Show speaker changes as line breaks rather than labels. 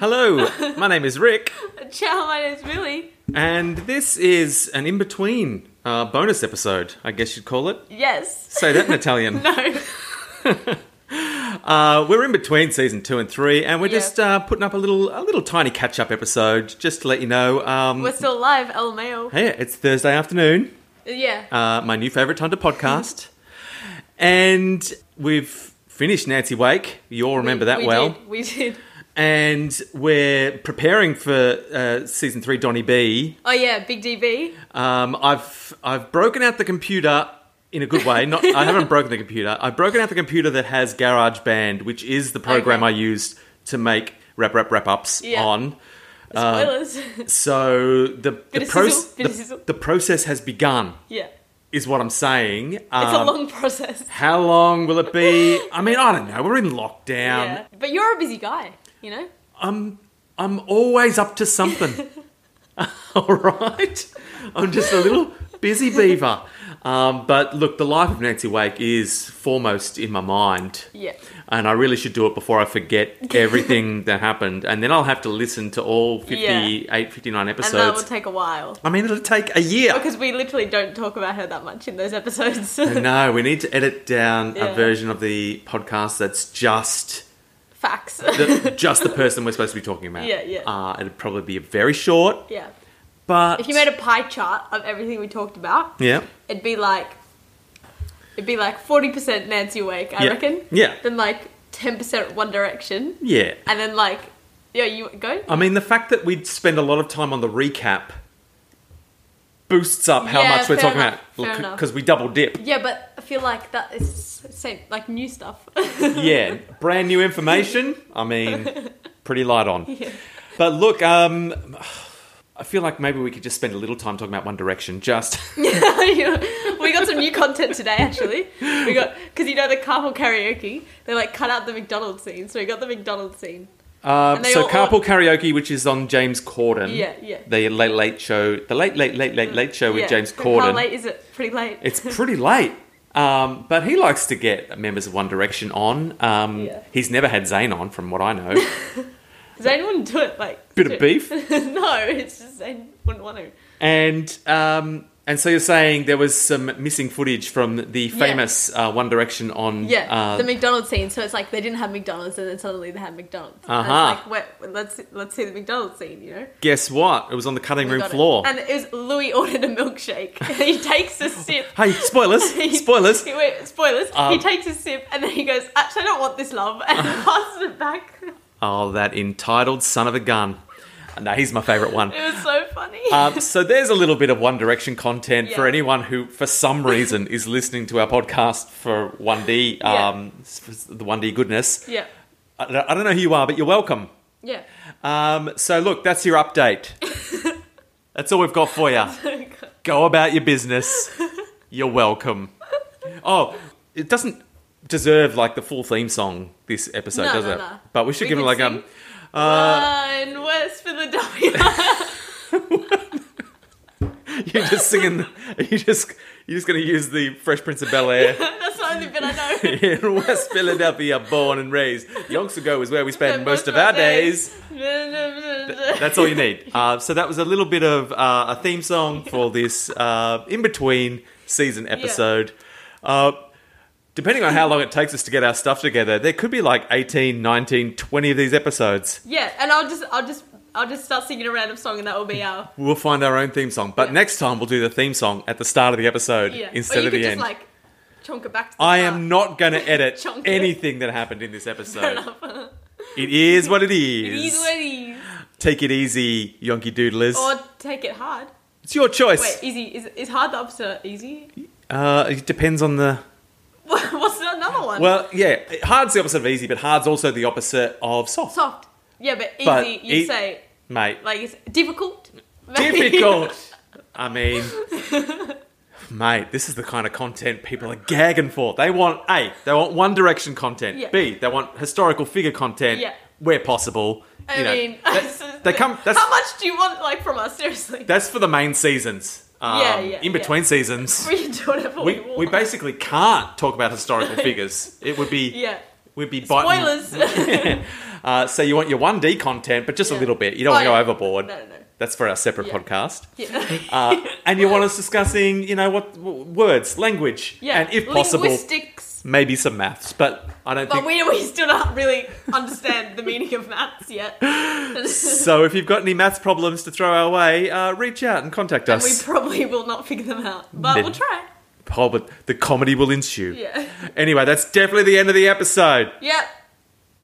Hello, my name is Rick,
Ciao, my name's Millie.
and this is an in between uh, bonus episode, I guess you'd call it.
Yes.
Say that in Italian.
No.
uh, we're in between season two and three, and we're
Yeah.
just uh, putting up a little, a little tiny catch up episode just to let you know. Um,
We're still live, El Mayo.
hey, it's Thursday afternoon,
Yeah.
uh, my new favorite time to podcast, and we've finished Nancy Wake. You all remember
We-
that
we
well.
did, We did.
And we're preparing for uh, season three, Donny B.
Oh, yeah, Big DB.
Um, I've I've broken out the computer in a good way. Not I haven't broken the computer. I've broken out the computer that has GarageBand, which is the program
Okay.
I used to make rap rap wrap ups
Yeah.
on. Uh,
Spoilers.
So the the,
Bit of
proc-
sizzle, bit of
the,
sizzle.
the process has begun,
yeah.
is what I'm saying.
It's
Um,
a long process.
how long will it be? I mean, I don't know. We're in lockdown.
yeah. But you're a busy guy, you know?
I'm I'm always up to something. All right, I'm just a little busy beaver. Um, but look, the life of Nancy Wake is foremost in my mind,
Yeah.
and I really should do it before I forget everything that happened, and then I'll have to listen to all 58, 59
And that will
episodes.
take a while.
I mean, it'll take a year.
Because we literally don't talk about her that much in those episodes.
No, we need to edit down
Yeah.
a version of the podcast that's just
Facts.
the, just the person we're supposed to be talking about.
Yeah, yeah.
Uh, it'd probably be very short,
yeah.
but
If you made a pie chart of everything we talked about,
yeah.
it'd be like it'd be like forty percent Nancy Wake, I
Yeah.
reckon.
Yeah.
Then like ten percent One Direction,
Yeah.
and then like yeah, you go.
I mean, the fact that we'd spend a lot of time on the recap boosts up how
Yeah,
much we're
fair
talking
enough, fair
about
enough.
because we double dip.
Yeah, but I feel like that is same like new stuff.
yeah, brand new information. I mean, pretty light on. But look, um, I feel like maybe we could just spend a little time talking about One Direction. Just
You know, we got some new content today actually. We got because you know the carpool karaoke, they like cut out the McDonald's scene, so we got the McDonald's scene.
um,
And they
so
all-
Carpool Karaoke, which is on James Corden.
Yeah, yeah. Mm,
The Late Late Show, the Late Late Late Late Late Show with
Yeah.
James
How
Corden.
late is it? Pretty late.
It's pretty late. Um, but he likes to get members of One Direction on. Um,
Yeah.
He's never had Zayn on, from what I know.
Does anyone do it like
Bit of beef.
no, it's just they wouldn't want to.
and um, and so you're saying there was some missing footage from the famous uh, One Direction on.
Yeah,
uh,
the McDonald's scene. So it's like they didn't have McDonald's, and then suddenly they had McDonald's.
Uh-huh.
And it's like, wait, let's let's see the McDonald's scene. You know,
guess what? It was on the cutting
We
room
got it.
floor.
and it was Louis ordered a milkshake. he takes a sip.
hey, spoilers!
He-
spoilers!
He, wait, spoilers.
Um,
he takes a sip, and then he goes, "Actually, I don't want this, love," and passes it back.
Oh, that entitled son of a gun. No, he's my favourite one.
It was so funny.
Um, so there's a little bit of One Direction content for
Yeah.
anyone who, for some reason, is listening to our podcast for 1D,
Yeah.
um, s- s- the 1D goodness.
yeah,
I don't- I don't know who you are, but you're welcome.
yeah.
Um, so look, that's your update. that's all we've got for you. Go about your business. You're welcome. Oh, it doesn't deserve like the full theme song this episode,
No,
does
no,
it?
no.
But we should
We
give it
can
like um.
sing.
Uh,
One West Philadelphia.
You're just singing. Are you just you're just going to use the Fresh Prince of Bel Air
That's the only bit I know.
in West Philadelphia, born and raised. Yonks ago is where we spend most of our days. That's all you need. Uh, so that was a little bit of uh, a theme song for this uh, in between season episode. Uh, depending on how long it takes us to get our stuff together, there could be like 18, 19, 20 of these episodes.
Yeah, and I'll just, I'll just, I'll just start singing a random song, and that will be our
We'll find our own theme song. But
Yeah.
next time, we'll do the theme song at the start of the episode
yeah.
instead
or you
of
could
the
just
end.
like chonk it back. To the
I
start.
am not going to edit
Chunk it.
anything that happened in this
Fair
episode.
enough.
It is what it is.
These ways,
Take it easy, Yonky Doodlers.
or take it hard.
it's your choice.
Wait, easy is is hard the opposite of easy?
Uh, it depends on the.
What's the another one?
Well, yeah, hard's the opposite of easy, but hard's also the opposite of soft,
soft. Yeah, but easy.
But
you
e-
say
mate.
like it's difficult. maybe.
Difficult. I mean, mate, this is the kind of content people are gagging for. They want A, they want One Direction content.
Yeah.
B, they want historical figure content
Yeah.
where possible.
I
You know,
mean,
that- they come. That's
how much do you want like from us? Seriously,
That's for the main seasons. Um,
Yeah, yeah,
in between
yeah.
seasons,
we can do whatever we,
we,
want.
we basically can't talk about historical figures. It would be
yeah.
we'd be biting,
Spoilers.
Uh, so you want your 1D content, but just a
Yeah.
little bit. You don't want to
Oh,
go
yeah.
overboard.
No, no, no.
That's for our separate
Yeah.
podcast.
Yeah.
Uh, and you want us discussing, you know, what w- words, language,
yeah.
and if possible,
Linguistics.
maybe some maths. But I don't
But
think.
we, we still don't really understand the meaning of maths yet. and
so if you've got any maths problems to throw our way, uh, reach out and contact
we
us.
probably will not figure them out. But
Then-
we'll try.
Oh, but the comedy will ensue.
Yeah.
Anyway, that's definitely the end of the episode.
Yep.